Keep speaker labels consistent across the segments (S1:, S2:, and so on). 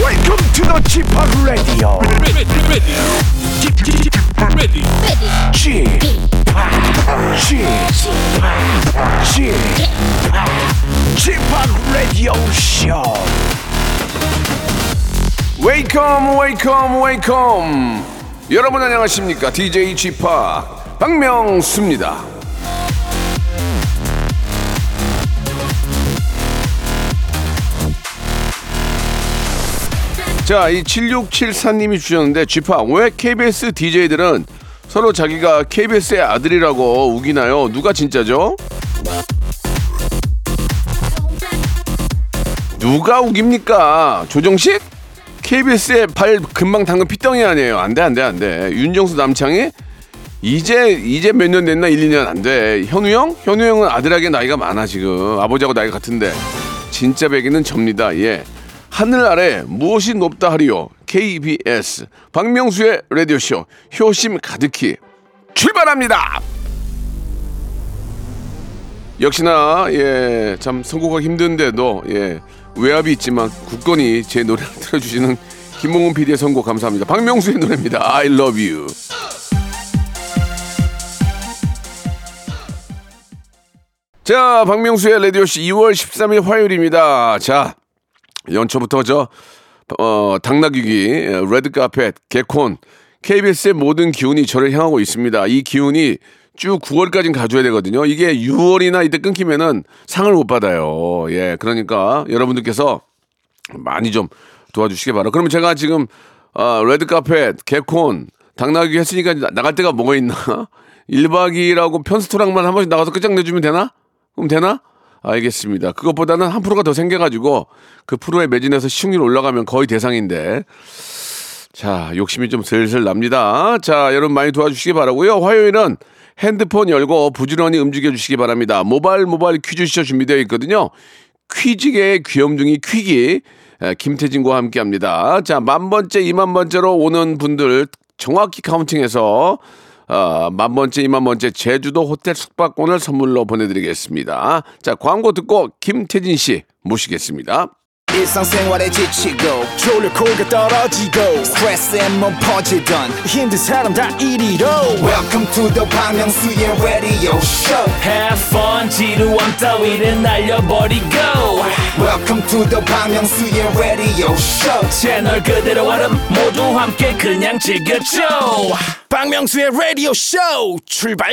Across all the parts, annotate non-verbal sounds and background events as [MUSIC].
S1: Welcome to the g p o p Radio.
S2: ready, ready, ready, ready.
S1: g p o p G p o p Radio Show.
S3: 웨이컴 웨이컴 웨이컴 여러분 안녕하십니까 DJ g p o p 박명수입니다 자, 이 7674님이 주셨는데 쥐파 왜 KBS DJ들은 서로 자기가 KBS의 아들이라고 우기나요? 누가 진짜죠? 누가 우깁니까? 조정식? KBS의 발 금방 담근 피덩이 아니에요. 안 돼, 안 돼, 안 돼. 윤정수 남창이 이제 이제 몇 년 됐나 1, 2년 안 돼. 현우 형? 현우 형은 아들에게 나이가 많아 지금. 아버지하고 나이가 같은데. 진짜 베개는 접니다. 예. 하늘 아래 무엇이 높다 하리요. KBS 박명수의 라디오 쇼 효심 가득히 출발합니다. 역시나 예 참 선곡하기 힘든데도 예 외압이 있지만 굳건히 제 노래를 [LAUGHS] 들어주시는 김홍은 PD의 선곡 감사합니다. 박명수의 노래입니다. I love you. 자, 박명수의 라디오 씨 2월 13일 화요일입니다. 자, 연초부터 저 어, 당나귀기, 예, 레드카펫, 개콘, KBS의 모든 기운이 저를 향하고 있습니다. 이 기운이 쭉 9월까지는 가져야 되거든요. 이게 6월이나 이때 끊기면은 상을 못 받아요. 예, 그러니까 여러분들께서 많이 좀 도와주시기 바라. 그러면 제가 지금 아, 레드카펫, 개콘, 당나귀 했으니까 나- 나갈 데가 뭐가 있나? [LAUGHS] 1박 2일하고 편스토랑만 한 번씩 나가서 끝장내주면 되나? 그럼 되나? 알겠습니다. 그것보다는 한 프로가 더 생겨가지고 그 프로에 매진해서 시청률 올라가면 거의 대상인데 자, 욕심이 좀 슬슬 납니다. 자, 여러분 많이 도와주시기 바라고요. 화요일은 핸드폰 열고 부지런히 움직여 주시기 바랍니다. 모바일 모바일 퀴즈쇼 준비되어 있거든요. 퀴즈계의 귀염둥이 퀴기 에, 김태진과 함께합니다. 자, 만 번째, 이만 번째로 오는 분들 정확히 카운팅해서 어, 만 번째, 이만 번째 제주도 호텔 숙박권을 선물로 보내드리겠습니다. 자, 광고 듣고 김태진 씨 모시겠습니다.
S4: 일상생활에 지치고, 졸려 코가 떨어지고, 스트레스에 몸 퍼지던, 힘든 사람 다 이리로. welcome to the Bang Myung-soo's radio show
S2: Have fun, 지루함 따위를 날려버리고
S4: welcome to the Bang Myung-soo's radio show
S2: 채널 그대로 얼음 모두 함께 그냥 즐겨줘
S1: 박명수의 라디오 쇼 출발.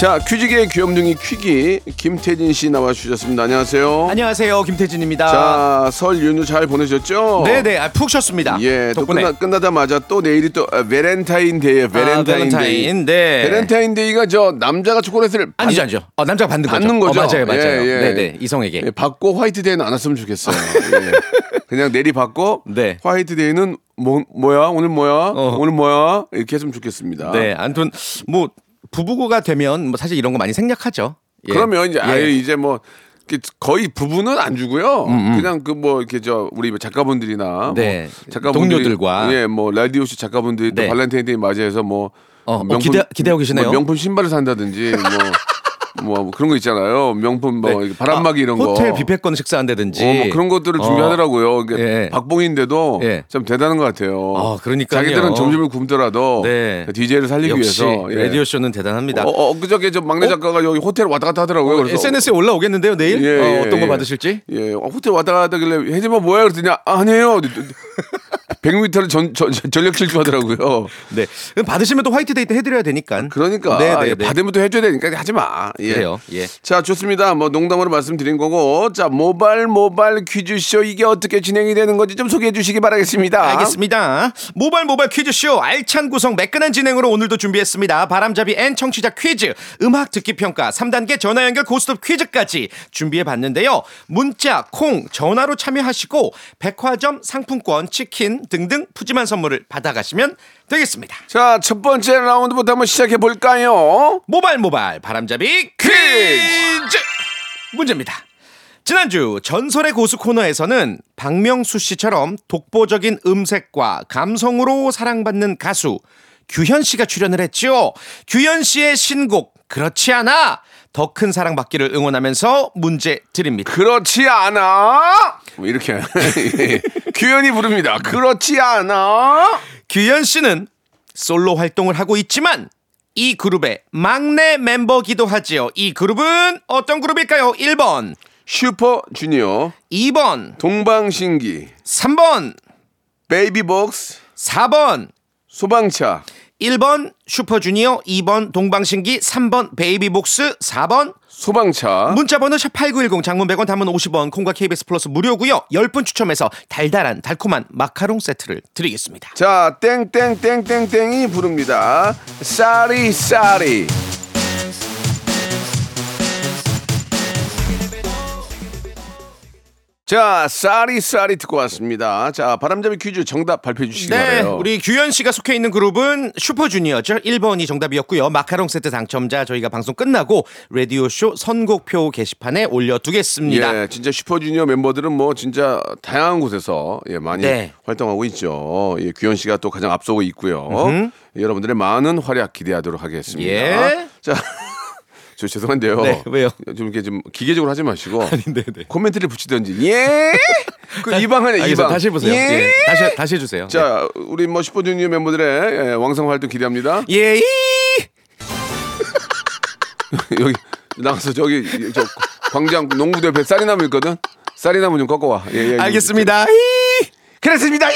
S3: 자 퀴즈계의 귀염둥이 퀴기 김태진 씨 나와주셨습니다. 안녕하세요.
S5: 안녕하세요 김태진입니다.
S3: 자, 설 연휴 잘 보내셨죠?
S5: 네네 아, 푹 쉬었습니다.
S3: 예, 또
S5: 덕분에 아,
S3: 끝나, 끝나자마자 또 내일이 또 아, 밸런타인데이에 밸런타인데이.
S5: 밸런타인, 아, 네.
S3: 밸런타인데이가 저 남자가 초콜릿을 받-
S5: 아니죠 아니죠. 어, 남자가 받는 거죠.
S3: 받는 거죠.
S5: 어, 맞아요 맞아요.
S3: 예, 예.
S5: 네네 이성에게.
S3: 예, 받고 화이트데이는 안 왔으면
S5: [LAUGHS]
S3: 좋겠어요. 예. 그냥 내리 받고
S5: 네. 화이트데이는
S3: 화이트데이는 뭐, 뭐야 오늘 뭐야
S5: 어.
S3: 오늘 뭐야 이렇게 했으면 좋겠습니다.
S5: 네 아무튼 뭐 부부가 되면 뭐 사실 이런 거 많이 생략하죠. 예.
S3: 그러면 이제 아예
S5: 예. 음,
S3: 이제 뭐 이렇게 거의 부부는 안 주고요. 그냥 그 뭐 이렇게 저 우리 작가분들이나
S5: 네.
S3: 뭐 작가분들이-
S5: 동료들과.
S3: 예, 뭐 라디오 씨 작가분들이 또
S5: 네.
S3: 발렌타인데이 맞이해서 뭐
S5: 어, 어, 기대- 기대하고 계시네요.
S3: 뭐 명품 신발을 산다든지 뭐,
S5: [LAUGHS]
S3: 뭐 그런 거 있잖아요. 명품 뭐
S5: 네.
S3: 바람막이
S5: 아,
S3: 이런 거.
S5: 호텔 뷔페권 식사한다든지.
S3: 어, 뭐 그런 것들을
S5: 어.
S3: 준비하더라고요. 이게
S5: 예.
S3: 박봉인데도
S5: 예.
S3: 참 대단한 것 같아요.
S5: 아, 그러니까요.
S3: 자기들은 점심을 굶더라도
S5: 네.
S3: DJ를 살리기
S5: 역시
S3: 위해서 예.
S5: 라디오 쇼는 대단합니다.
S3: 어, 어, 엊그저께 저 막내
S5: 어?
S3: 작가가 여기 호텔 왔다 갔다 하더라고요. 그래서
S5: SNS에 올라오겠는데요 내일
S3: 예, 예,
S5: 어, 떤거
S3: 예.
S5: 받으실지.
S3: 예, 어, 호텔 왔다 가다길래 혜진아 뭐야 그랬더니 아, 아니에요. 100m를 전, 전, 전- 전력 질주하더라고요.
S5: 네 그럼 받으시면 또 화이트데이 때 해드려야 되니까.
S3: 그러니까
S5: 네, 네,
S3: 예,
S5: 네.
S3: 받으면 또 해줘야 되니까 하지 마. 예.
S5: 그래요, 예.
S3: 자 좋습니다. 뭐 농담으로 말씀드린 거고 자 모발 모발 퀴즈쇼 이게 어떻게 진행이 되는 건지 좀 소개해 주시기 바라겠습니다.
S5: 알겠습니다. 모발 모발 퀴즈쇼 알찬 구성 매끈한 진행으로 오늘도 준비했습니다. 바람잡이 앤 청취자 퀴즈, 음악 듣기 평가, 3단계 전화 연결 고스톱 퀴즈까지 준비해 봤는데요. 문자, 콩, 전화로 참여하시고 백화점 상품권, 치킨, 등등 푸짐한 선물을 받아가시면 되겠습니다.
S3: 자, 첫 번째 라운드부터 한번 시작해 볼까요?
S5: 모발 모발 바람잡이 퀴즈 문제입니다. 지난주 전설의 고수 코너에서는 박명수 씨처럼 독보적인 음색과 감성으로 사랑받는 가수 규현 씨가 출연을 했죠. 규현 씨의 신곡 그렇지 않아 더 큰 사랑 받기를 응원하면서 문제 드립니다.
S3: 그렇지 않아? 뭐 이렇게 [LAUGHS] 예. 규현이 부릅니다. 그렇지 않아?
S5: 규현 씨는 솔로 활동을 하고 있지만 이 그룹의 막내 멤버기도 하지요. 이 그룹은 어떤 그룹일까요? 1번,
S3: 슈퍼주니어,
S5: 2번,
S3: 동방신기,
S5: 3번,
S3: 베이비복스,
S5: 4번,
S3: 소방차.
S5: 1번 슈퍼주니어, 2번 동방신기, 3번 베이비복스, 4번
S3: 소방차.
S5: 문자번호 샵8910 장문 100원 단문 50원 콩과 KBS 플러스 무료고요. 10분 추첨해서 달달한 달콤한 마카롱 세트를 드리겠습니다.
S3: 자, 땡땡땡땡땡이 부릅니다. 싸리 싸리. 자, 싸리 싸리 듣고 왔습니다. 자, 바람잡이 퀴즈 정답 발표해 주시기
S5: 네,
S3: 바래요.
S5: 우리 규현 씨가 속해 있는 그룹은 슈퍼주니어죠. 1번이 정답이었고요. 마카롱 세트 당첨자 저희가 방송 끝나고 라디오쇼 선곡표 게시판에 올려두겠습니다.
S3: 예, 진짜 슈퍼주니어 멤버들은 뭐 진짜 다양한 곳에서 예, 많이
S5: 네.
S3: 활동하고 있죠. 예, 규현 씨가 또 가장 앞서고 있고요. 여러분들의 많은 활약 기대하도록 하겠습니다.
S5: 예.
S3: 자, [LAUGHS] 저 죄송한데요.
S5: 네, 왜요?
S3: 좀 이렇게 좀 기계적으로 하지
S5: [LAUGHS]
S3: 마시고
S5: [LAUGHS] 네, 네.
S3: 코멘트를 붙이든지
S5: [LAUGHS]
S3: 예. 그 이방 하네
S5: 알겠습니다.
S3: 이방.
S5: 다시 해보세요.
S3: 예.
S5: 예, 네. 다시, 다시 해주세요.
S3: 자, 우리 뭐 슈퍼주니어 멤버들의 예, 왕성 활동 기대합니다.
S5: 예이! 예.
S3: [LAUGHS] 여기 나가서 저기 저 광장 농구대 옆에 쌀이나무 있거든. 쌀이나무 좀 꺾어 와. 예, 예.
S5: 알겠습니다. 이!
S3: 그렇습니다. 이!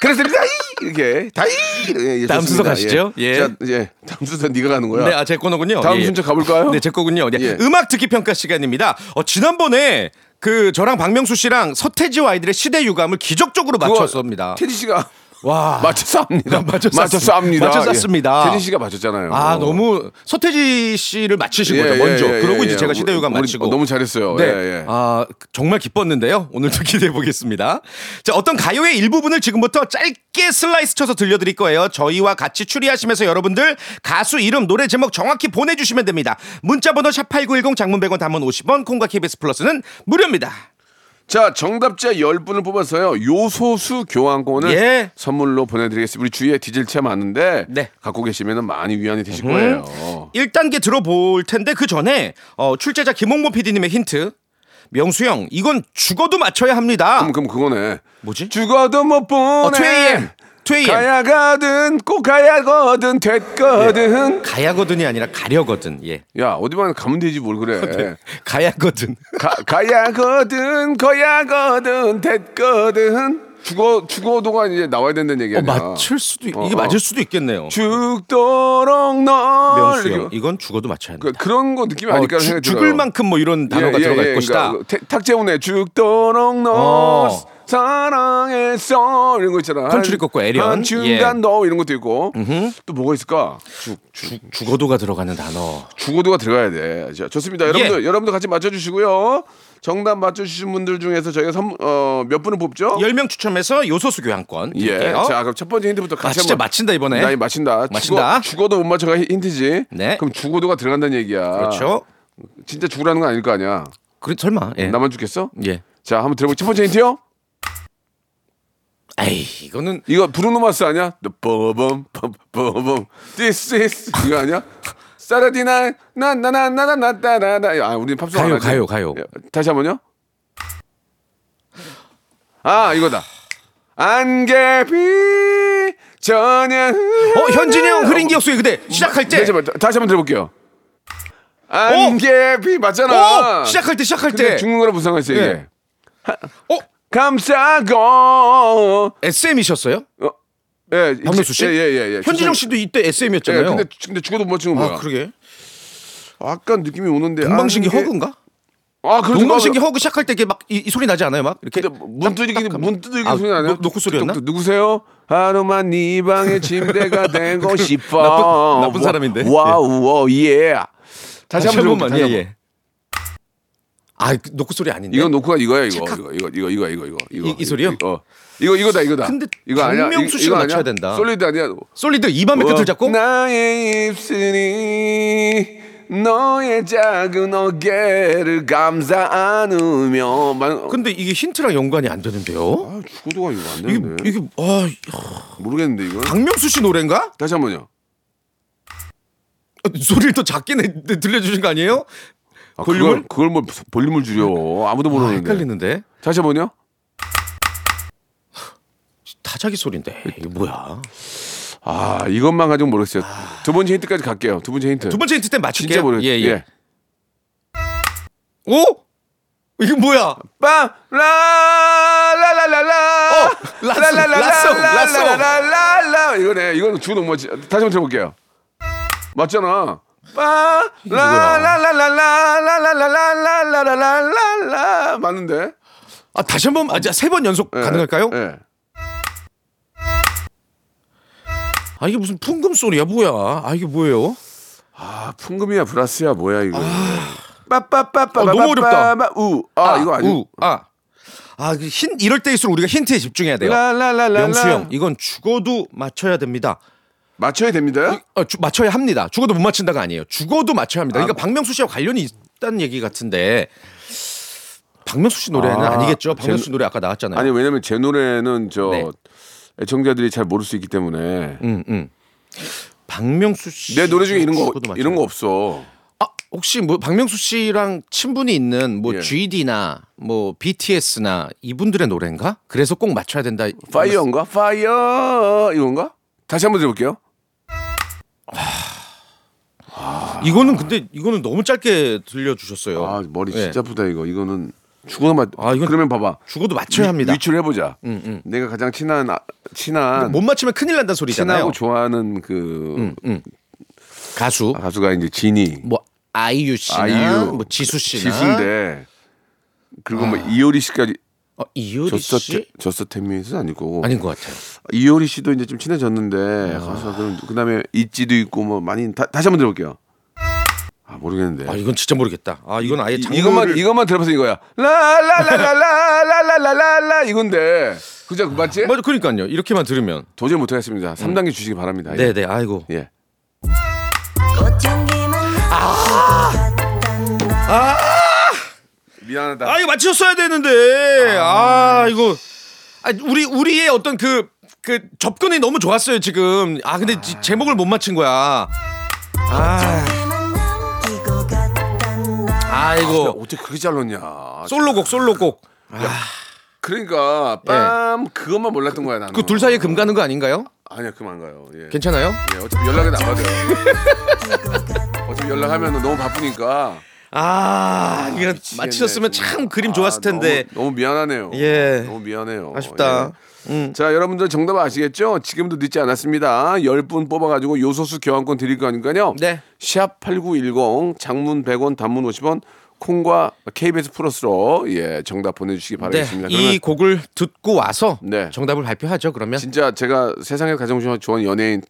S3: 그렇습니다. 이! 이렇게 다이. 예, 예, 좋습니다.
S5: 다음 순서 가시죠.
S3: 예.
S5: 예.
S3: 자, 예. 다음 순서 네가 가는 거야.
S5: 네, 아, 제 코너군요.
S3: 다음 순서 가볼까요?
S5: 네, 제 거군요. 네,
S3: 예.
S5: 음악 듣기 평가 시간입니다. 어, 지난번에 그 저랑 박명수 씨랑 서태지와 아이들의 시대 유감을 기적적으로
S3: 그거
S5: 맞췄습니다.
S3: 테디 씨가
S5: 와.
S3: 맞췄어 합니다.
S5: [LAUGHS] 맞췄어
S3: 맞췄어 합니다.
S5: 맞췄어 합니다.
S3: 예. 테디 씨가 맞췄잖아요.
S5: 아, 너무 서태지 씨를 맞히신
S3: 예,
S5: 거죠,
S3: 예,
S5: 먼저.
S3: 예,
S5: 그러고
S3: 예,
S5: 이제
S3: 예.
S5: 제가 시대 유감
S3: 우리-
S5: 맞히고.
S3: 어, 너무 잘했어요.
S5: 네.
S3: 예, 예.
S5: 아, 정말 기뻤는데요. 오늘도 [LAUGHS] 기대해 보겠습니다. 자, 어떤 가요의 일부분을 지금부터 짧게 슬라이스 쳐서 들려드릴 거예요. 저희와 같이 추리하시면서 여러분들 가수 이름, 노래 제목 정확히 보내주시면 됩니다. 문자번호 샵8910 장문 100원 단문 50원, 콩과 KBS 플러스는 무료입니다.
S3: 자, 정답자 10분을 뽑아서요. 요소수 교환권을
S5: 예.
S3: 선물로 보내드리겠습니다. 우리 주위에 디젤차 많은데
S5: 네. 음.
S3: 갖고 계시면 많이 위안이 되실 거예요.
S5: 1단계 들어볼 텐데 그 전에 어, 출제자 김홍모 PD님의 힌트. 명수 형, 이건 죽어도 맞춰야
S3: 아,
S5: 합니다.
S3: 그럼, 그럼 그거네.
S5: 뭐지?
S3: 죽어도 못 보내.
S5: 어, 2AM. 2AM.
S3: 가야 가든 꼭 가야 거든 됐거든.
S5: 가야거든이 아니라 가려거든. 예. 네.
S3: 야, 어디만 가면 되지 뭘
S5: [LAUGHS]
S3: 그래.
S5: 가야거든.
S3: 가, 가야거든 거야거든 됐거든. 죽어 죽어도가 이제 나와야 된다는 얘기
S5: 어,
S3: 아니야.
S5: 맞출 수도 있-
S3: 어,
S5: 이게
S3: 어.
S5: 맞을 수도 있겠네요.
S3: 죽도록 널
S5: 명수
S3: 아, 이렇게.
S5: 형, 이건 죽어도 맞춰야 한다.
S3: 그, 그런 거 느낌이 아닐까
S5: 어,
S3: 생각이
S5: 주-
S3: 들어요.
S5: 죽을 만큼 뭐 이런 단어가
S3: 예, 예,
S5: 들어갈
S3: 예,
S5: 것이다.
S3: 그러니까 태- 탁재훈의 죽도록 너
S5: 어.
S3: 사랑했어 이런 거 있잖아.
S5: 컨츄리 꺾고 에리언.
S3: 한 중간
S5: 예.
S3: 너 이런 것도 있고 또 뭐가 있을까? 죽, 죽
S5: 죽어도가 들어가는 단어.
S3: 죽어도가 들어가야 돼. 자, 좋습니다.
S5: 예.
S3: 여러분들 여러분들 같이 맞춰주시고요. 정답 맞춰주신 분들 중에서 저희가 선, 어, 몇 분을 뽑죠?
S5: 10명 추첨해서 요소수 교환권
S3: 예.
S5: 드릴게요.
S3: 자, 그럼 첫 번째 힌트부터 같이
S5: 어? 아, 진짜
S3: 한번-
S5: 맞힌다, 이번에.
S3: 나이 맞힌다.
S5: 맞힌다.
S3: 죽어, 도못 맞춰가 힌트지.
S5: 네.
S3: 그럼 죽어도가 들어간다는 얘기야.
S5: 그렇죠.
S3: 진짜 죽으라는 건 아닐 거 아니야.
S5: 그래 설마. 예.
S3: 나만 죽겠어?
S5: 예.
S3: 자, 한번 들어보. 첫 번째 힌트요.
S5: 에이, 이거는
S3: 이거 브루노마스 아니야? The boom boom boom boom. This is 이거 아니야? 사라디나 나나나나나나나나. 아, 우리는 팝송 안
S5: 가요,
S3: 하지.
S5: 가요, 가요.
S3: 예, 다시 한번요. 아, 이거다. 안개비 전혀.
S5: 어, 현진이 형 흐린 기억 속에 그대 시작할 때
S3: 다시 한번 다시 한번 들어볼게요. 안개비 맞잖아.
S5: 오! 시작할 때 시작할
S3: 근데
S5: 때
S3: 죽는 거랑 무슨 상관이 있어 이게?
S5: 예. 어?
S3: 감싸고
S5: SM이셨어요?
S3: 어, 예,
S5: 박명수 씨?
S3: 예, 예, 예, 예.
S5: 현진영 씨도 이때
S3: 예,
S5: SM이었잖아요.
S3: 근데 근데 죽어도 못 죽는 거야.
S5: 아, 그러게.
S3: 약간 느낌이 오는데.
S5: 동방신기
S3: 아, 이게-
S5: 허그인가?
S3: 아, 그렇죠.
S5: 동방신기 허그 시작할 때 이게 막이 이 소리 나지 않아요? 막 이렇게
S3: 근데 문 두들기 문 두들기
S5: 아,
S3: 소리 나네요.
S5: 노- 노크 소리였나?
S3: 누구세요? 하루만 네 방의 침대가
S5: [LAUGHS]
S3: 되고 싶어.
S5: 나쁜- 나쁜 사람인데.
S3: 와우, 오, 예. 다시
S5: 다시
S3: 한번
S5: 한 번만.
S3: 들어볼게요,
S5: 예,
S3: 다시
S5: 예. 아, 노크 소리 아닌데.
S3: 이건 노크가 이거야 이거 이거 이거 이거 이거 이거 이거 이거
S5: 이- 이 소리요?
S3: 어 이거 이거다 이거다.
S5: 근데
S3: 이거 아니야.
S5: 박명수
S3: 이-
S5: 씨가
S3: 이거 아니야.
S5: 맞춰야 된다.
S3: 솔리드 아니야.
S5: 솔리드 입안의 끝을 잡고
S3: 어. 나의 입술이 너의 작은 어깨를 감싸 안으며 만...
S5: 근데 이게 힌트랑 연관이 안 되는데요.
S3: 아 네. 죽어도가 이거 안
S5: 이게
S3: 되는데
S5: 이게 아
S3: 모르겠는데 이거
S5: 박명수 씨 노래인가?
S3: 다시 한 번요
S5: 아, 소리를 또 작게 내, 내- 들려주신 거 아니에요?
S3: 아,
S5: 볼륨을?
S3: 그걸 그걸 뭘 볼륨을 줄여 아무도
S5: 아,
S3: 모르는데
S5: 헷갈리는데
S3: 다시 한 번요
S5: 다 자기 소리인데 이거 뭐야?
S3: 아 이것만 가지고 모르겠어요 두 번째 힌트까지 갈게요 두 번째 힌트
S5: 두 번째 힌트 때 맞출게요.
S3: 진짜 모르겠어요
S5: 예, 예. 오? 이게 뭐야?
S3: 빰! 라! 어, 라라라라!
S5: 라쏘,
S3: 라라라라!
S5: 라쏘, 라쏘.
S3: 라라라라라! 이거네. 이거는 주도 못 맞지. 다시 한번 들어볼게요. 맞잖아. 빠! 라라라라라라라라라라라라라! 맞는데?
S5: 아 다시 한번 아, 세번 연속
S3: 예.
S5: 가능할까요?
S3: 예.
S5: 아 이게 무슨 풍금 소리야 뭐야? 아 이게 뭐예요?
S3: 아, 풍금이야, 브라스야, 뭐야, 이거. 빠빠빠빠.
S5: 아. 어, 너무 어렵다.
S3: 빠빠, 우. 아, 이거 아니.
S5: 우, 아. 아, 그 힌, 이럴 때일수록 우리가 힌트에 집중해야 돼요.
S3: 라라라라라.
S5: 명수 형, 이건 죽어도 맞춰야 됩니다.
S3: 맞춰야 됩니다.
S5: 어, 주- 맞춰야 합니다. 죽어도 못 맞춘다가 아니에요. 죽어도 맞춰야 합니다.
S3: 아, 뭐.
S5: 그러니까 박명수 씨와 관련이 있다는 얘기 같은데 박명수 씨 노래는
S3: 아,
S5: 아, 니겠죠 박명수
S3: 제-
S5: 씨 노래 아까 나왔잖아요.
S3: 아니, 왜냐면 제 노래는 저
S5: 네.
S3: 애청자들이 잘 모를 수 있기 때문에.
S5: 음, 음. 박명수 씨.
S3: 내 노래 중에 이런 거
S5: 죽어도 맞춰야
S3: 이런 거 없어.
S5: 아, 혹시 뭐 박명수 씨랑 친분이 있는 뭐
S3: 예.
S5: GD나 뭐 BTS나 이분들의 노래인가? 그래서 꼭 맞춰야 된다.
S3: 파이어인가? 파이어 이건가? 다시 한번 들어볼게요.
S5: 이거는 근데 이거는 너무 짧게 들려주셨어요.
S3: 아 머리
S5: 예.
S3: 진짜 아프다 이거. 이거는 죽어도 맞.
S5: 아, 이건
S3: 그러면 봐봐.
S5: 죽어도 맞춰야 합니다. 음,
S3: 위출 해보자. 내가 가장 친한 아, 친한
S5: 못 맞추면 큰일 난다는 소리잖아요.
S3: 친하고 아, 좋아하는 그
S5: 음, 가수
S3: 가수가 이제 지니,
S5: 뭐 아이유 씨나
S3: 아이유,
S5: 뭐 지수 씨나
S3: 지수인데 그리고 뭐 이효리 씨까지
S5: 어, 이효리
S3: 저서
S5: 씨
S3: 저서 태미에서 아니고
S5: 아닌 것 같아요.
S3: 이효리 씨도 이제 좀
S5: 아.
S3: 친해졌는데 가수들은 그다음에 있지도 있고 뭐 많이 다, 다시 한번 들어볼게요. 아 모르겠는데.
S5: 아 이건 진짜 모르겠다. 아 이건 아예
S3: 이-
S5: 장르를
S3: 이것만 이것만 들어봐서 이거야. 라라라라라라라라라 이건데. 그죠 맞지?
S5: 맞아 뭐, 그러니까요. 이렇게만 들으면
S3: 도저히 못하겠습니다. 3단계 주시기 바랍니다.
S5: 음. 네네 아이고
S3: 예. 예. 미안하다.
S5: 아 이거 맞췄어야 되는데 아, 이거 아, 우리 우리의 어떤 그 그 접근이 너무 좋았어요 지금 아 근데 지- 제목을 못 맞춘 거야
S3: 나
S5: 아이고
S3: 어떻게 그렇게 잘랐냐.
S5: 솔로곡 솔로곡
S3: 그러니까 빰 그것만 몰랐던 거야 나는.
S5: 그 둘 사이에 금 가는 거 아닌가요?
S3: 아니야 그만 가요. 예.
S5: 괜찮아요?
S3: 예, 어차피 연락은 안 받아요. 어차피 연락하면 너무 바쁘니까.
S5: 아, 이거 맞히셨으면
S3: 미치겠네,
S5: 참
S3: 정말.
S5: 그림
S3: 아,
S5: 좋았을 텐데.
S3: 너무, 너무 미안하네요.
S5: 예.
S3: 너무 미안해요.
S5: 아쉽다.
S3: 예. 자, 여러분들 정답 아시겠죠? 지금도 늦지 않았습니다. 10분 뽑아가지고 요소수 교환권 드릴 거니까요.
S5: 네.
S3: 샵8910 장문 100원 단문 50원 콩과 KBS 플러스로 예, 정답 보내주시기
S5: 네,
S3: 바라겠습니다. 그러면
S5: 이 곡을 듣고 와서
S3: 네.
S5: 정답을 발표하죠. 그러면
S3: 진짜 제가 세상에 가장 좋아하는 연예인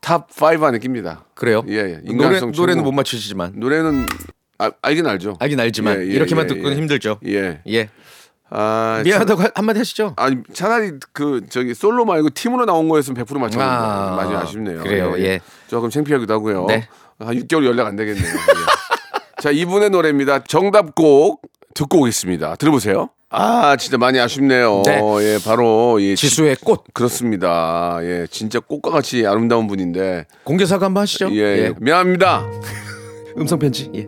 S3: 탑5 안에 낍니다.
S5: 그래요.
S3: 예, 예.
S5: 노래,
S3: 인간성
S5: 노래는
S3: 최고.
S5: 못 맞추시지만
S3: 노래는 아, 알긴 알죠.
S5: 알긴 알지만
S3: 예, 예,
S5: 이렇게만
S3: 예,
S5: 듣고는
S3: 예.
S5: 힘들죠.
S3: 예.
S5: 예,
S3: 아,
S5: 미안하다고 하- 한마디 하시죠.
S3: 아니 차라리 그 저기 솔로 말고 팀으로 나온 거였으면 100% 맞췄는데
S5: 아,
S3: 많이 아쉽네요.
S5: 그래요, 예.
S3: 조금 창피하기도 하고요.
S5: 네.
S3: 한 6개월 연락 안 되겠네요. 예. [LAUGHS] 자, 이분의 노래입니다. 정답곡 듣고 오겠습니다. 들어보세요. 아, 진짜 많이 아쉽네요.
S5: 네.
S3: 예, 바로 예,
S5: 지수의 꽃
S3: 그렇습니다. 예, 진짜 꽃과 같이 아름다운 분인데
S5: 공개 사과 한번 하시죠.
S3: 예, 예. 미안합니다.
S5: 음성 편지. 예.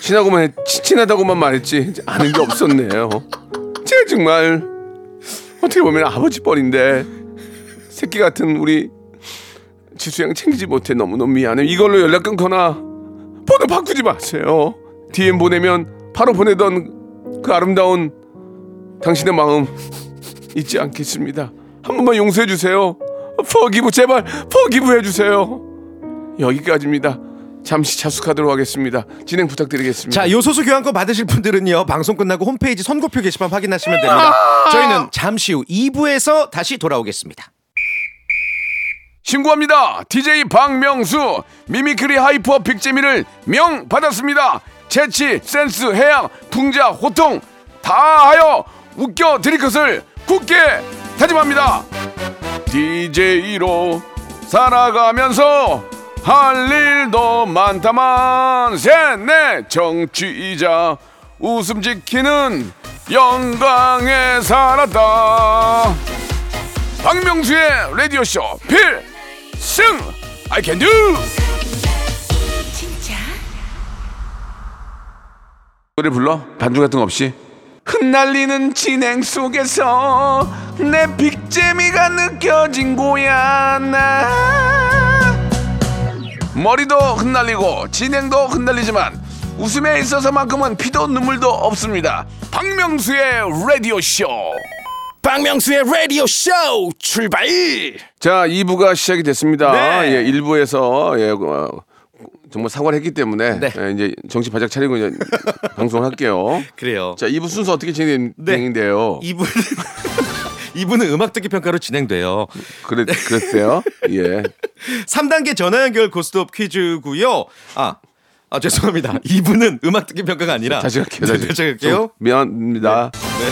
S3: 친하고만 했, 치- 친하다고만 말했지 아는 게 없었네요. 제가 정말 어떻게 보면 아버지 뻘인데 새끼 같은 우리 지수양 챙기지 못해 너무너무 미안해. 이걸로 연락 끊거나 번호 바꾸지 마세요. DM 보내면 바로 보내던 그 아름다운 당신의 마음 잊지 않겠습니다. 한 번만 용서해 주세요. 포기부 제발 포기부 해주세요. 여기까지입니다. 잠시 자숙하도록 하겠습니다. 진행 부탁드리겠습니다.
S5: 자, 요소수 교환권 받으실 분들은요. 방송 끝나고 홈페이지 선고표 게시판 확인하시면 됩니다. 저희는 잠시 후 2부에서 다시 돌아오겠습니다.
S3: 신고합니다. DJ 박명수 미미크리 하이퍼 빅재미를 명 받았습니다. 재치, 센스, 해양, 풍자, 호통 다하여 웃겨 드릴 것을 굳게 다짐합니다. DJ로 살아가면서 할 일도 많다만 셋넷 정취이자 웃음 지키는 영광에 살았다. 박명수의 라디오 쇼 필승 I can do. 노래 불러 반주 같은 거 없이 흩날리는 진행 속에서 내 빅재미가 느껴진 거야 나 머리도 흩날리고 진행도 흩날리지만 웃음에 있어서만큼은 피도 눈물도 없습니다 박명수의 라디오 쇼
S1: 박명수의 라디오 쇼 출발!
S3: 자, 2부가 시작이 됐습니다.
S5: 네.
S3: 예, 1부에서 예, 어, 정말 사과를 했기 때문에
S5: 네.
S3: 예, 이제 정신 바짝 차리고
S5: [LAUGHS]
S3: 이제 방송을 할게요.
S5: 그래요.
S3: 자, 2부 순서 어떻게 진행-
S5: 네.
S3: 진행돼요?
S5: 이분 [LAUGHS] 이분은 음악 듣기 평가로 진행돼요.
S3: 그랬
S5: 네. [LAUGHS]
S3: 그랬대요. 예.
S5: 3단계 전화 연결 고스톱 퀴즈고요. 아, 아 죄송합니다. 이분은 음악 듣기 평가가 아니라
S3: 다시 갈게요. 다시.
S5: 네, [LAUGHS] 다시 갈게요. 네.
S3: 좀 미안합니다.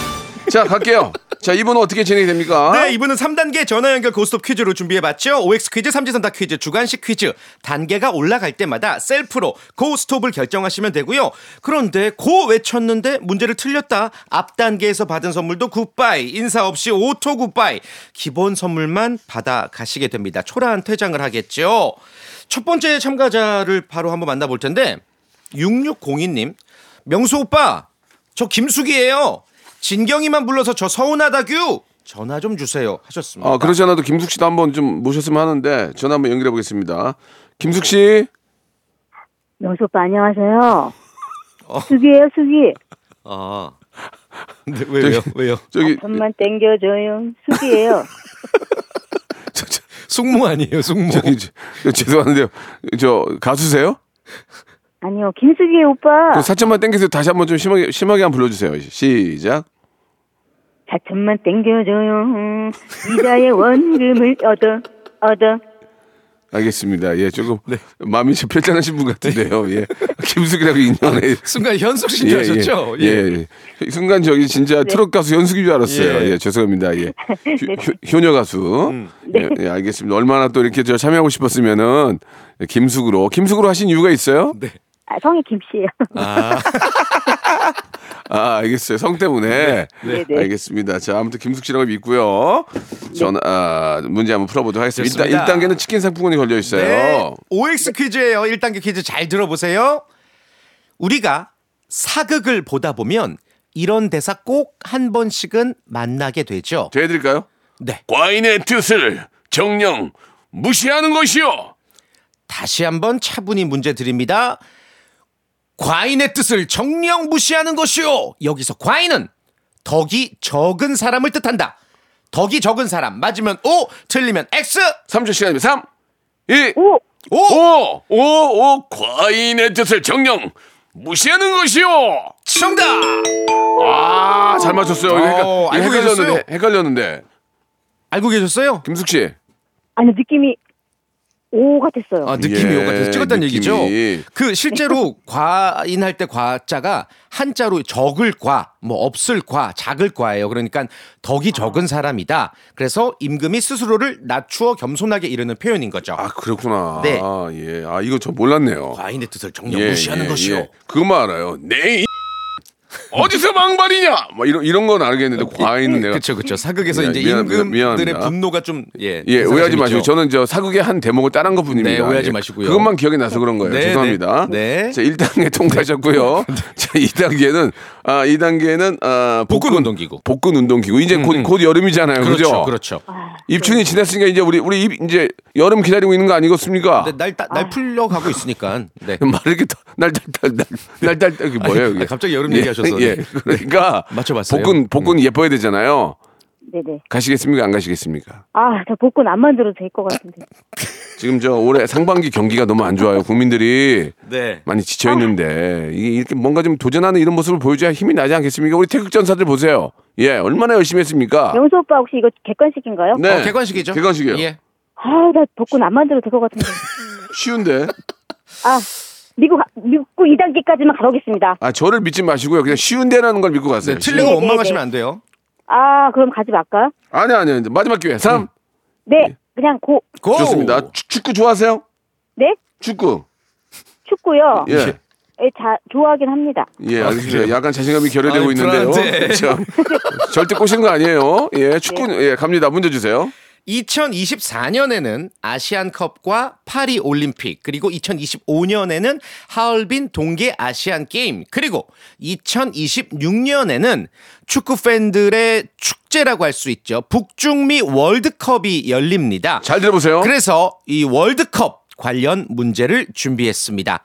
S3: [LAUGHS] 자, 갈게요. 자, 2부는 어떻게 진행이 됩니까?
S5: 네, 이분은 3단계 전화 연결 고스톱 퀴즈로 준비해봤죠. OX 퀴즈, 삼지선다 퀴즈, 주관식 퀴즈. 단계가 올라갈 때마다 셀프로 고스톱을 결정하시면 되고요. 그런데 고 외쳤는데 문제를 틀렸다. 앞 단계에서 받은 선물도 굿바이. 인사 없이 오토 굿바이. 기본 선물만 받아가시게 됩니다. 초라한 퇴장을 하겠죠. 첫 번째 참가자를 바로 한번 만나볼 텐데 6602님. 명수 오빠, 저 김숙이에요. 진경이만 불러서 저 서운하다규 전화 좀 주세요 하셨습니다.
S3: 아, 그러지 않아도 김숙 씨도 한번 좀 모셨으면 하는데 전화 한번 연결해 보겠습니다. 김숙 씨.
S6: 명수 오빠
S3: [LAUGHS]
S6: 안녕하세요.
S3: 어.
S6: 수기예요 수기.
S5: 아. 근데 왜요? 왜요?
S3: 저기
S6: 손만 땡겨줘요.
S3: [LAUGHS]
S6: 수기예요.
S5: 숙모 아니에요, 숙모.
S3: 저기 저- 죄송한데요. 저 가수세요?
S6: 아니요 김수기 오빠.
S3: 그 사천만 땡기세요. 다시 한번 좀 심하게 심하게 한번 불러주세요. 시작.
S6: 사천만 땡겨줘요. 이자의 원금을 얻어 얻어.
S3: 알겠습니다. 예, 조금
S5: 네.
S3: 마음이 좀 편찮으신 분 같은데요. 예, 김숙이라고 인연에.
S5: 순간 현숙 씨인
S3: 예,
S5: 줄 아셨죠?
S3: 예, 예. 예. 순간 저기 진짜 트롯 가수 연숙인 줄 알았어요.
S5: 예. 음.
S3: 예, 죄송합니다. 예. 효- 효- 효녀 가수. 예, 예, 알겠습니다. 얼마나 또 이렇게 저 참여하고 싶었으면은 김숙으로 김숙으로 하신 이유가 있어요?
S6: 아, 성이 김씨예요. [LAUGHS]
S3: 아, 알겠어요. 성 때문에.
S6: 네, 네.
S3: 알겠습니다. 자, 아무튼 김숙 씨라고 믿고요. 전 아, 문제 한번 풀어보도록 하겠습니다.
S5: 좋습니다.
S3: 일단 1단계는 치킨 상품권이 걸려 있어요.
S5: 네. OX 퀴즈예요. 1단계 퀴즈 잘 들어보세요. 우리가 사극을 보다 보면 이런 대사 꼭 한 번씩은 만나게 되죠.
S3: 제 해드릴까요?
S5: 네.
S3: 과인의 뜻을 정령 무시하는 것이요.
S5: 다시 한번 차분히 문제 드립니다. 과인의 뜻을 정령 무시하는 것이요. 여기서 과인은 덕이 적은 사람을 뜻한다. 덕이 적은 사람 맞으면 O, 틀리면 X.
S3: 3초 시간입니다. 3, 2,
S6: 오
S3: 5, 5, 5, 5. 과인의 뜻을 정령 무시하는 것이요.
S5: 정답.
S3: 아, 잘 맞췄어요. 이거 헷갈,
S5: 어,
S3: 이거
S5: 알고 계셨어요?
S3: 헷갈렸는데, 헷갈렸는데.
S5: 알고 계셨어요?
S3: 김숙 씨.
S6: 아니 느낌이 오 같았어요.
S5: 아, 느낌이
S3: 예,
S5: 오가 돼서 찍었다는
S3: 느낌이.
S5: 얘기죠. 그 실제로 [LAUGHS] 과인 할 때 과자가 한자로 적을 과, 뭐 없을 과, 작을 과예요. 그러니까 덕이 적은 사람이다. 그래서 임금이 스스로를 낮추어 겸손하게 이르는 표현인 거죠.
S3: 아, 그렇구나.
S5: 네.
S3: 아, 예. 아, 이거 저 몰랐네요.
S5: 과인의 뜻을 정녕
S3: 예,
S5: 무시하는 것이요.
S3: 그것만 알아요. 네. 이 [LAUGHS] 어디서 망발이냐? 뭐 이런 이런 건 알겠는데 과인은 내가
S5: 그렇죠, 그렇죠. 사극에서
S3: 예,
S5: 이제
S3: 미안합니다.
S5: 임금들의
S3: 미안합니다.
S5: 분노가 좀 예,
S3: 예, 오해하지
S5: 재밌죠.
S3: 마시고 저는 저 사극의 한 대목을 따라한 것뿐입니다.
S5: 네, 오해하지
S3: 예.
S5: 마시고요.
S3: 그것만 기억이 나서 그런 거예요.
S5: 네,
S3: 죄송합니다.
S5: 네, 네.
S3: 자, 1단계
S5: [LAUGHS]
S3: 통과하셨고요. 자, 2단계는 아, 2단계는 아,
S5: 복근 운동기구. 음,
S3: 복근 운동기구. 이제 곧, 곧 여름이잖아요. 그죠?
S5: 그렇죠, 그렇죠.
S3: 입춘이 지났으니까 이제 우리 우리 입, 이제 여름 기다리고 있는 거 아니겠습니까?
S5: 근데 날, 따- 날 풀려가고 있으니까. 네.
S3: [LAUGHS] 말 이렇게 날달달날달달 이게 뭐예요? 이게?
S5: 아니, 갑자기 여름
S3: 예,
S5: 얘기하셔서.
S3: 예.
S5: 네.
S3: 그러니까
S5: [LAUGHS] 맞춰봤어요. 음.
S3: 복근 복근 예뻐야 되잖아요.
S6: 네네.
S3: 가시겠습니까? 안 가시겠습니까?
S6: 아저 복권 안 만들어도 될 것 같은데.
S3: 지금 저 올해 상반기 경기가 너무 안 좋아요. 국민들이
S5: 네.
S3: 많이 지쳐 있는데 이게 이렇게 뭔가 좀 도전하는 이런 모습을 보여줘야 힘이 나지 않겠습니까? 우리 태극전사들 보세요. 예, 얼마나 열심히 했습니까?
S6: 명수 오빠 혹시 이거 객관식인가요?
S3: 네.
S6: 아,
S5: 어, 객관식이죠.
S3: 객관식이요. 네,
S5: 예.
S6: 아나 복권 안 만들어도 될 것 같은데.
S3: 쉬운데.
S6: 아 미국 믿고 2단계까지만 가보겠습니다.
S3: 아 저를 믿지 마시고요. 그냥 쉬운 데라는 걸 믿고 가세요.
S5: 네, 틀리고
S6: 네,
S5: 원망하시면
S6: 네.
S5: 안 돼요.
S6: 아 그럼 가지 말까요?
S3: 아니 아니 마지막 기회. 3
S5: 음.
S6: 네
S3: 예.
S6: 그냥 고
S5: 고!
S3: 좋습니다. 축- 축구 좋아하세요?
S6: 네?
S3: 축구.
S6: 축구요.
S3: 예.
S6: 예, 자, 좋아하긴 합니다.
S3: 예, 알겠습니다.
S5: 그래요?
S3: 약간 자신감이 결여되고
S5: 아이,
S3: 있는데요. [LAUGHS]
S5: 불안한데. 네.
S3: 참, 절대 꼬시는 거 아니에요. 예, 축구 예, 갑니다. 문제 주세요.
S5: 2024년에는 아시안컵과 파리 올림픽 그리고 2025년에는 하얼빈 동계 아시안 게임 그리고 2026년에는 축구 팬들의 축제라고 할 수 있죠. 북중미 월드컵이 열립니다.
S3: 잘 들어보세요.
S5: 그래서 이 월드컵 관련 문제를 준비했습니다.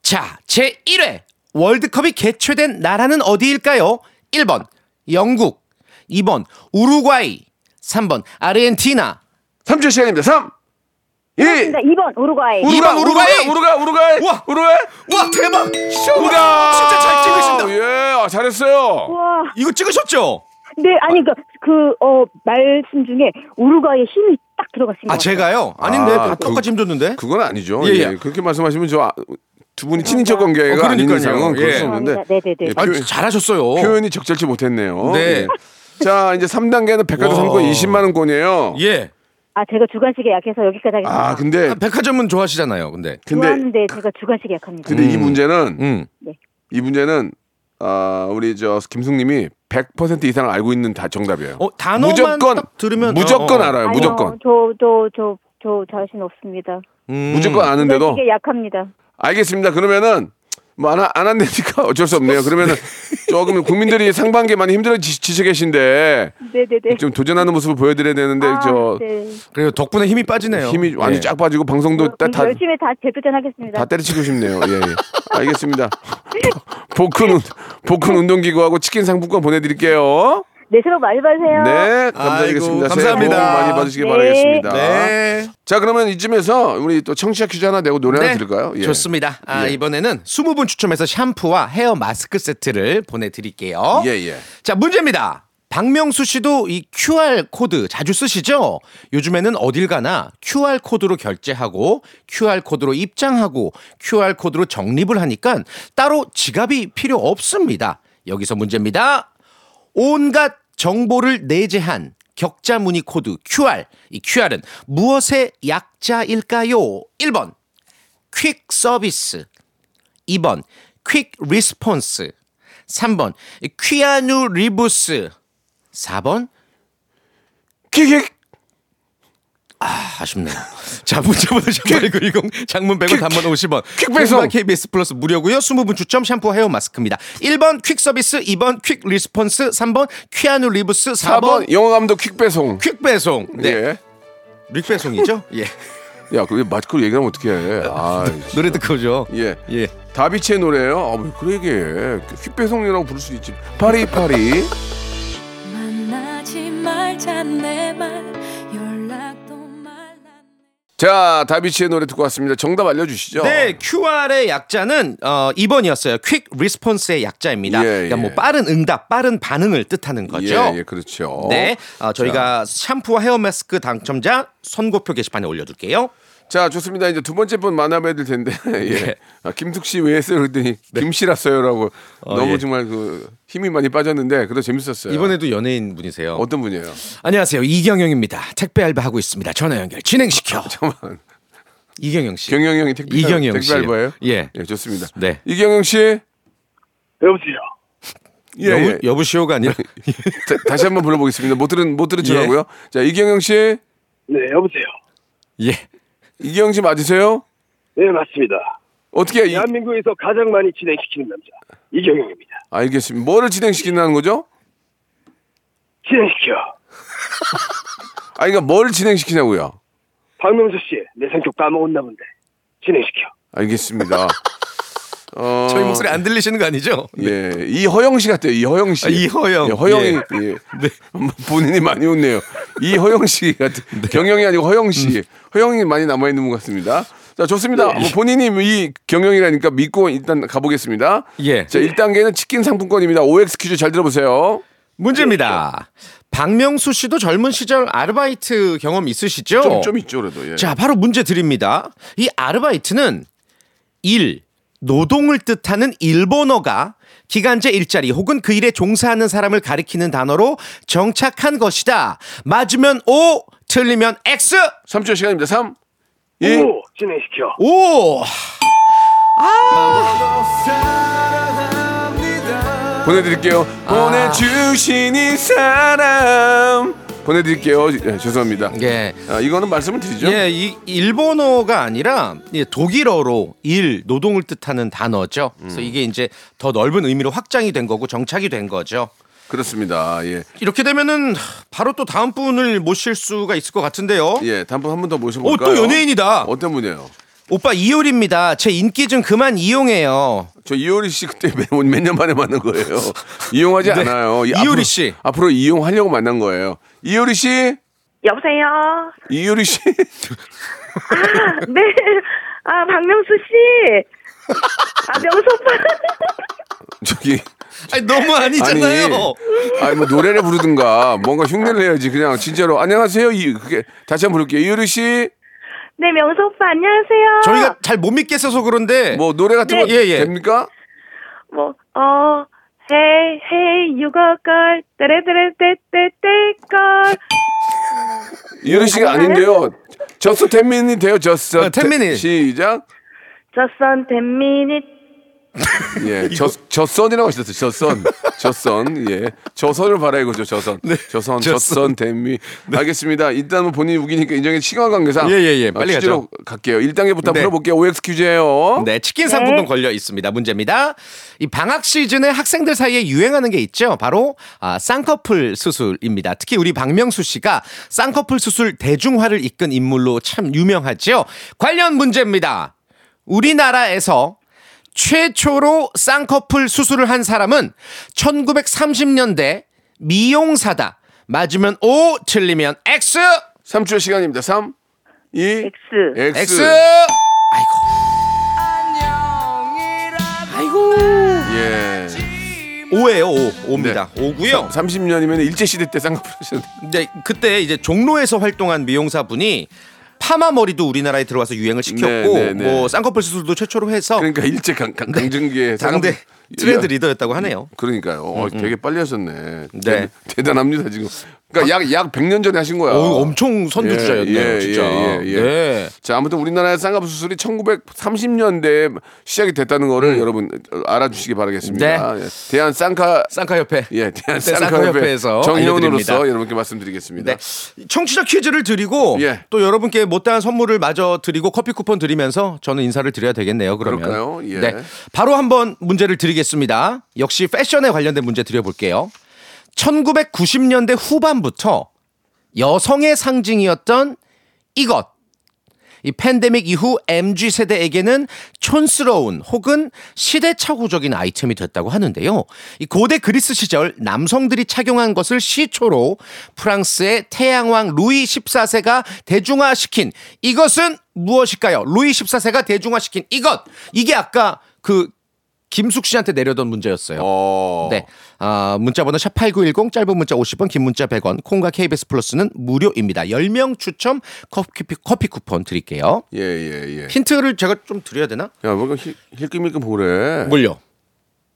S5: 자, 제1회 월드컵이 개최된 나라는 어디일까요? 1번 영국, 2번 우루과이, 3번 아르헨티나.
S3: 3초 시간입니다. 3 2
S6: 자, 2번 우루과이.
S5: 우-
S3: 네. 우루가
S5: 이번
S3: 우루가이
S5: 우루과이!
S3: 우루가 우루가이
S5: 우와!
S3: 우루가이
S5: 와, 대박!
S3: 우가
S5: 진짜 잘 찍으신다.
S3: 예, 아, 잘했어요.
S6: 와,
S5: 이거 찍으셨죠?
S6: 네, 아니 그, 그, 어, 말씀 중에 우루과이의 힘이 딱 들어갔습니다.
S5: 아, 제가요? 아닌데.
S3: 아,
S5: 아, 똑같이 힘줬는데.
S3: 그건 아니죠.
S5: 예,
S3: 예,
S5: 예.
S3: 그렇게 말씀하시면 저 아, 두 분이 친인척 관계가
S5: 어,
S3: 아닌
S5: 그러니까요.
S3: 이상은 그럴
S5: 예.
S3: 수 없는데
S6: 네, 네, 네.
S3: 예,
S5: 아,
S3: 표현-
S5: 잘하셨어요.
S3: 표현이 적절치 못했네요.
S5: 네.
S3: 예. 자, 이제 3단계는 백화점
S5: 와.
S3: 상권 20만 원권이에요.
S5: 예.
S6: 아, 제가 주관식에 약해서 여기까지 하겠습니다.
S3: 아, 근데
S5: 백화점은 좋아하시잖아요, 근데.
S3: 근데 그
S6: 좋아하는데 제가 주관식에 약합니다.
S3: 근데 이 문제는
S5: 음.
S3: 이 문제는 아, 우리 저 김숙님이 100% 이상 알고 있는 다 정답이에요.
S5: 어, 단어만
S3: 무조건
S5: 딱 들으면
S3: 무조건
S5: 어, 어.
S3: 알아요.
S6: 아니요,
S3: 무조건.
S6: 저, 저, 저, 저 자신 없습니다.
S5: 음.
S3: 무조건 아는데도
S6: 주관식에 약합니다.
S3: 알겠습니다. 그러면은 뭐 안 안 한다니까 [LAUGHS] 어쩔 수 없네요. 그러면은 조금 국민들이 상반기 많이 힘들어지시고 계신데
S6: 네, 네, 네.
S3: 좀 도전하는 모습을 보여드려야 되는데
S6: 아,
S3: 저
S6: 네.
S5: 그래요. 덕분에 힘이 빠지네요.
S3: 힘이 완전
S5: 예.
S3: 쫙 빠지고 방송도 다,
S6: 그럼
S3: 다,
S6: 뭐, 열심히 다 재도전하겠습니다.
S3: 다 때려치고 싶네요. 예,
S6: [LAUGHS]
S3: 예. 알겠습니다. 복근 운- 복근 운동기구하고 치킨 상품권 보내드릴게요.
S6: 네, 새해 복 많이 받으세요.
S3: 네, 감사드리겠습니다.
S5: 아이고,
S3: 새해 복
S5: 감사합니다.
S3: 많이 받으시길
S6: 네.
S3: 바라겠습니다.
S5: 네.
S3: 자, 그러면 이쯤에서 우리 또 청취자 퀴즈 하나 내고 노래 하나 들을까요? 예.
S5: 좋습니다. 아, 이번에는 20분 추첨해서 샴푸와 헤어 마스크 세트를 보내드릴게요.
S3: 예, 예.
S5: 자, 문제입니다. 박명수 씨도 이 QR 코드 자주 쓰시죠? 요즘에는 어딜 가나 QR 코드로 결제하고 QR 코드로 입장하고 QR 코드로 적립을 하니까 따로 지갑이 필요 없습니다. 여기서 문제입니다. 온갖 정보를 내재한 격자 무늬 코드 QR. 이 QR은 무엇의 약자일까요? 1번 퀵 서비스 2번 퀵 리스폰스 3번 퀴아누 리부스 4번
S3: 킥킥
S5: 아, 아쉽네요. [LAUGHS] 자 문자번호 샵8910 장문 100원 단문 50원
S3: 퀵배송.
S5: 콩과 KBS 플러스 무료고요. 20분 추첨 샴푸 헤어 마스크입니다. 1번 퀵 서비스 2번 퀵 리스폰스 3번 퀴아누 리부스 4번,
S3: 4번 영화 감독 퀵 배송.
S5: 퀵 배송 네.
S3: 예.
S5: 릭 [LAUGHS] 배송이죠? 예.
S3: 야, 그게 마스크로 얘기하면 어떻게 해?
S5: [LAUGHS]
S3: 아,
S5: 노래 듣고 오죠.
S3: 예.
S5: 예.
S3: 다비치의 노래예요. 아, 왜 그래 이게 퀵 배송이라고 부를 수 있지. 파리
S5: [LAUGHS]
S3: 파리.
S7: 만나지 말잔 내말 연락도 말란
S3: 자, 다비치의 노래 듣고 왔습니다. 정답 알려주시죠.
S5: 네, QR의 약자는 어 2번이었어요. 퀵 리스폰스의 약자입니다.
S3: 예,
S5: 그러니까
S3: 예.
S5: 뭐 빠른 응답, 빠른 반응을 뜻하는 거죠.
S3: 예, 예, 그렇죠.
S5: 네, 어, 저희가 샴푸와 헤어 마스크 당첨자 선고표 게시판에 올려둘게요.
S3: 자, 좋습니다. 이제 두 번째 분 만나봐야 될 텐데. [LAUGHS]
S5: 네.
S3: 예. 아, 김숙 씨 왜 했어요?
S5: [LAUGHS]
S3: 그랬더니 김씨랐어요라고 너무
S5: 예.
S3: 정말 그 힘이 많이 빠졌는데 그래도 재밌었어요.
S5: 이번에도 연예인 분이세요.
S3: 어떤 분이에요?
S5: 네. 안녕하세요, 이경영입니다. 택배 알바 하고 있습니다. 전화 연결 진행시켜.
S3: 잠깐만.
S5: 어, 이경영 씨.
S3: 경영 형이 택배
S5: 이경영
S3: 택배
S5: 씨요.
S3: 알바예요?
S5: 예.
S3: 예, 좋습니다.
S5: 네.
S3: 이경영 씨.
S8: 여보세요.
S3: 예.
S5: 여부
S3: 예.
S5: 여부시오가 아니라
S3: 다, 시 한번 불러보겠습니다. 못 들은 못 들은 척하고요. 자, 이경영 씨.
S8: 네, 여보세요.
S5: [LAUGHS] 예.
S3: 이경영 씨 맞으세요?
S8: 네, 맞습니다.
S3: 어떻게 이,
S8: 대한민국에서 가장 많이 진행시키는 남자 이경영입니다.
S3: 알겠습니다. 뭐를 진행시킨다는 거죠?
S8: 진행시켜.
S3: 아, 그러니까 뭘 진행시키냐고요.
S8: 박명수 씨, 내 성격 까먹었나 본데. 진행시켜.
S3: 알겠습니다. 어,
S5: [LAUGHS] 저희 목소리 안 들리시는 거 아니죠?
S3: 예, 이허영 씨 같아요. 이허영 씨.
S5: 아, 이허영.
S3: 예, 허영이
S5: 예. [LAUGHS]
S3: 예. 본인이 많이 웃네요. 이허영 씨 같은
S5: [LAUGHS] 네.
S3: 경영이 아니고 허영 씨.
S5: 음.
S3: 허영이 많이 남아 있는 분 같습니다. 자, 좋습니다.
S5: 네.
S3: 뭐 본인이 이 경영이라니까 믿고 일단 가보겠습니다.
S5: 예.
S3: 자, 1단계는 치킨 상품권입니다. OX 퀴즈 잘 들어보세요.
S5: 문제입니다. 박명수 씨도 젊은 시절 아르바이트 경험 있으시죠?
S3: 좀, 좀 있죠, 그래도. 예.
S5: 자, 바로 문제 드립니다. 이 아르바이트는 일, 노동을 뜻하는 일본어가 기간제 일자리 혹은 그 일에 종사하는 사람을 가리키는 단어로 정착한 것이다. 맞으면 O, 틀리면 X.
S3: 3초 시간입니다. 3, 2,
S8: 오, 진행시켜.
S5: 오!
S3: 보내드릴게요. 보내주신 이 사람. 보내드릴게요. 예, 죄송합니다.
S5: 예.
S3: 아, 이거는 말씀을 드리죠.
S5: 예, 이 일본어가 아니라 예, 독일어로 일, 노동을 뜻하는 단어죠. 그래서 이게 이제 더 넓은 의미로 확장이 된 거고 정착이 된 거죠.
S3: 그렇습니다. 예.
S5: 이렇게 되면은 바로 또 다음 분을 모실 수가 있을 것 같은데요.
S3: 예. 단분 한 분 더
S5: 오,
S3: 모셔볼까요?
S5: 어? 또 연예인이다.
S3: 어떤 분이에요?
S5: 오빠 이효리입니다. 제 인기 좀 그만 이용해요.
S3: 저 이효리 씨 그때 [LAUGHS] 몇 년 만에 만난
S5: [LAUGHS]
S3: 거예요. 이용하지 않아요. 이
S5: 네. 이효리
S3: 앞으로-
S5: 씨.
S3: 앞으로 이용하려고 만난 거예요. 이효리 씨.
S6: 여보세요. [LAUGHS]
S3: 이효리 씨. [LAUGHS]
S6: 네. 아 박명수
S3: [LAUGHS]
S6: 씨. 아 명수 오빠.
S3: 저기
S5: 아니 너무 아니잖아요.
S3: 아니 뭐 노래를 부르든가 뭔가 흉내를 해야지 그냥 진짜로 안녕하세요 이 그게 다시 한번 부를게요 이효리 씨 뭐
S6: 네 명수 오빠 안녕하세요.
S5: 저희가 잘 못 믿겠어서 그런데
S3: 뭐 노래 같은 거
S5: 네. 예, 예.
S3: 됩니까?
S6: 뭐어 헤이 헤이 육어걸 따레따레떼떼떼걸
S5: 네,
S3: 이효리 씨가 아닌데요. 저스 텐민이 돼요 저스
S5: 어, 10 minute.
S3: 시작
S6: 저선 댄미닛
S5: [LAUGHS]
S3: 예저저 선이라고 하셨어요 저선 저선 예 저선을 바라 이거죠 저선
S5: 네.
S3: 저선 저선 텐미 알겠습니다 일단은 본인이 우기니까 인정해 시간 관계상
S5: 예, 예, 예. 빨리
S3: 어, 퀴즈로 갈게요 1단계부터
S5: 네.
S3: 풀어볼게요 OX 퀴즈예요
S5: 네, 치킨 상품권 걸려 있습니다. 문제입니다. 이 방학 시즌에 학생들 사이에 유행하는 게 있죠. 바로 아, 쌍꺼풀 수술입니다. 특히 우리 박명수 씨가 쌍꺼풀 수술 대중화를 이끈 인물로 참 유명하지요. 관련 문제입니다. 우리나라에서 최초로 쌍꺼풀 수술을 한 사람은 1930년대 미용사다. 맞으면 O, 틀리면 X.
S3: 3초 시간입니다 3 2
S6: X
S5: X.
S3: 예.
S5: O예요, O. O입니다. O고요.
S3: 30년이면 일제시대 때 쌍꺼풀 하셨는데.
S5: 근데 그때 이제 종로에서 활동한 미용사분이 파마 머리도 우리나라에 들어와서 유행을 시켰고
S3: 네, 네, 네.
S5: 뭐 쌍꺼풀 수술도 최초로 해서 그
S3: 그러니까 일제 강, 강, 강증기의
S5: 네. 당대
S3: 쌍꺼풀-
S5: 트렌드
S3: 예.
S5: 리더였다고 하네요.
S3: 그러니까요. 어, 되게 빨리 하셨네.
S5: 네. 아.
S3: 대, 단합니다 지금. 그러니까 약, 약 100년 전에 하신 거야.
S5: 어, 엄청 선두주자였네요,
S3: 예, 예,
S5: 진짜.
S3: 예, 예.
S5: 네.
S3: 자, 아무튼 우리나라의 쌍꺼풀 수술이 1930년대에 시작이 됐다는 거를
S5: 음.
S3: 여러분 알아주시기 바라겠습니다. 예. 대한 쌍카
S5: 쌍카협회.
S3: 예, 대한
S5: 네. 쌍꺼풀협회에서
S3: 쌍카협회에서 정의원으로서
S5: 알려드립니다.
S3: 여러분께 말씀드리겠습니다.
S5: 네. 청취자 퀴즈를 드리고
S3: 예.
S5: 또 여러분께 못다한 선물을 마저 드리고 커피 쿠폰 드리면서 저는 인사를 드려야 되겠네요. 그러면.
S3: 그럴까요? 예.
S5: 네. 바로 한번 문제를 드리겠습니다. 역시 패션에 관련된 문제 드려볼게요. 1990년대 후반부터 여성의 상징이었던 이것. 이 팬데믹 이후 MG 세대에게는 촌스러운 혹은 시대착오적인 아이템이 됐다고 하는데요. 이 고대 그리스 시절 남성들이 착용한 것을 시초로 프랑스의 태양왕 루이 14세가 대중화시킨 이것은 무엇일까요? 루이 14세가 대중화시킨 이것. 이게 아까 그 김숙 씨한테 내려던 문제였어요.
S3: 어.
S5: 네. 아, 문자번호 샵8910 짧은 문자 50원 긴 문자 100원 콩과 KBS 플러스는 무료입니다. 10명 추첨 커피, 커피 쿠폰 드릴게요.
S3: 예, 예, 예.
S5: 힌트를 제가 좀 드려야 되나?
S3: 야, 왜 이렇게 힐- 힐끔힐끔 보래?
S5: 뭘요?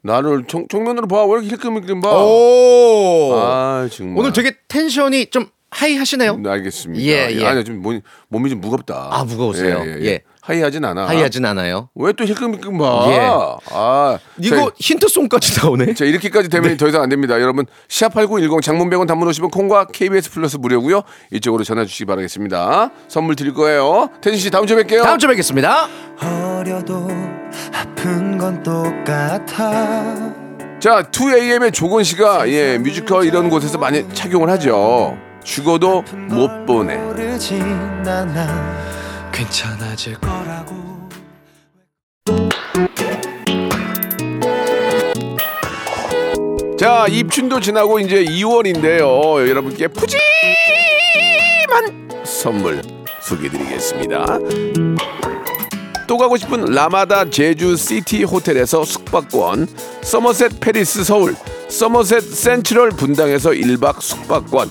S3: 나를 총, 정면으로 봐. 왜 이렇게 힐끔힐끔
S5: 어.
S3: 봐?
S5: 오.
S3: 아, 정말.
S5: 오늘 되게 텐션이 좀 하이 하시네요.
S3: 네, 알겠습니다.
S5: 예, 예.
S3: 아니, 좀 몸, 몸이 좀 무겁다.
S5: 아, 무거우세요. 예.
S3: 하이하진 않아.
S5: 하이하진 않아요.
S3: 왜또 힐끔힐끔 봐?
S5: 예.
S3: 아,
S5: 이거 힌트송까지 [LAUGHS] 나오네.
S3: 자, 이렇게까지 되면 더 이상 안 됩니다. 여러분, 샵8910 장문 100원 단문 50원 콩과 KBS 플러스 무료고요. 이쪽으로 전화 주시기 바라겠습니다. 선물 드릴 거예요. 태진 씨 다음 주에 뵐게요.
S5: 다음 주에 뵙겠습니다.
S9: 어려도 아픈 건 똑같아
S3: 자, 2AM의 조건 씨가 예, 뮤지컬 이런 곳에서 많이 착용을 하죠. 죽어도 못 보내.
S9: 모르진 않아 괜찮아질 거라고
S3: 자 입춘도 지나고 이제 2월인데요 여러분께 푸짐한 선물 소개드리겠습니다 또 가고 싶은 라마다 제주 시티 호텔에서 숙박권 서머셋 페리스 서울 서머셋 센트럴 분당에서 1박 숙박권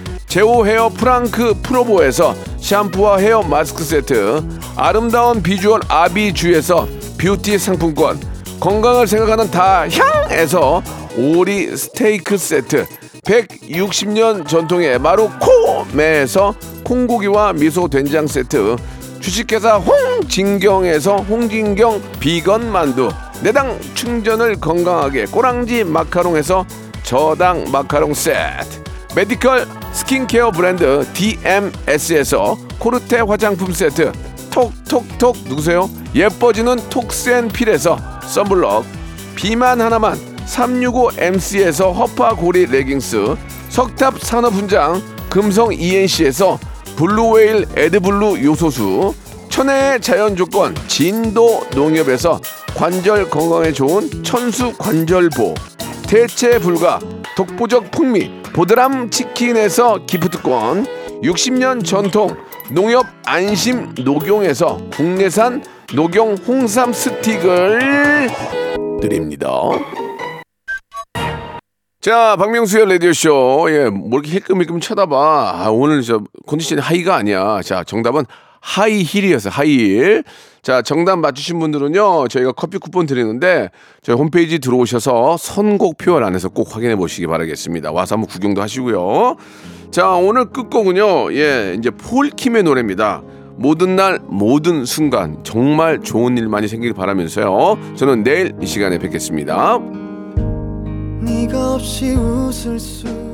S3: 제오 헤어 프랑크 프로보에서 샴푸와 헤어 마스크 세트 아름다운 비주얼 아비주에서 뷰티 상품권 건강을 생각하는 다향에서 오리 스테이크 세트 160년 전통의 마루코메에서 콩고기와 미소 된장 세트 주식회사 홍진경에서 홍진경 비건 만두 내당 충전을 건강하게 꼬랑지 마카롱에서 저당 마카롱 세트 메디컬 스킨케어 브랜드 DMS에서 코르테 화장품 세트 톡톡톡 누구세요? 예뻐지는 톡센필에서 썬블럭 비만 하나만 365MC에서 허파고리 레깅스 석탑 산업훈장 금성 ENC에서 블루웨일 에드블루 요소수 천혜의 자연조건 진도 농협에서 관절 건강에 좋은 천수 관절보 대체 불가 독보적 풍미 보드람 치킨에서 기프트권 60년 전통 농협 안심 녹용에서 국내산 녹용 홍삼 스틱을 드립니다. 자, 박명수의 라디오쇼. 예, 뭐 이렇게 힐끔힐끔 쳐다봐. 아, 오늘 저 컨디션이 하이가 아니야. 자, 정답은 하이힐이었어요. 하이힐. 자, 정답 맞추신 분들은요, 저희가 커피 쿠폰 드리는데, 저희 홈페이지 들어오셔서 선곡표 안에서 꼭 확인해 보시기 바라겠습니다. 와서 한번 구경도 하시고요. 자, 오늘 끝곡은요, 예, 이제 폴킴의 노래입니다. 모든 날, 모든 순간, 정말 좋은 일 많이 생길 바라면서요. 저는 내일 이 시간에 뵙겠습니다.
S9: 네가 없이 웃을 수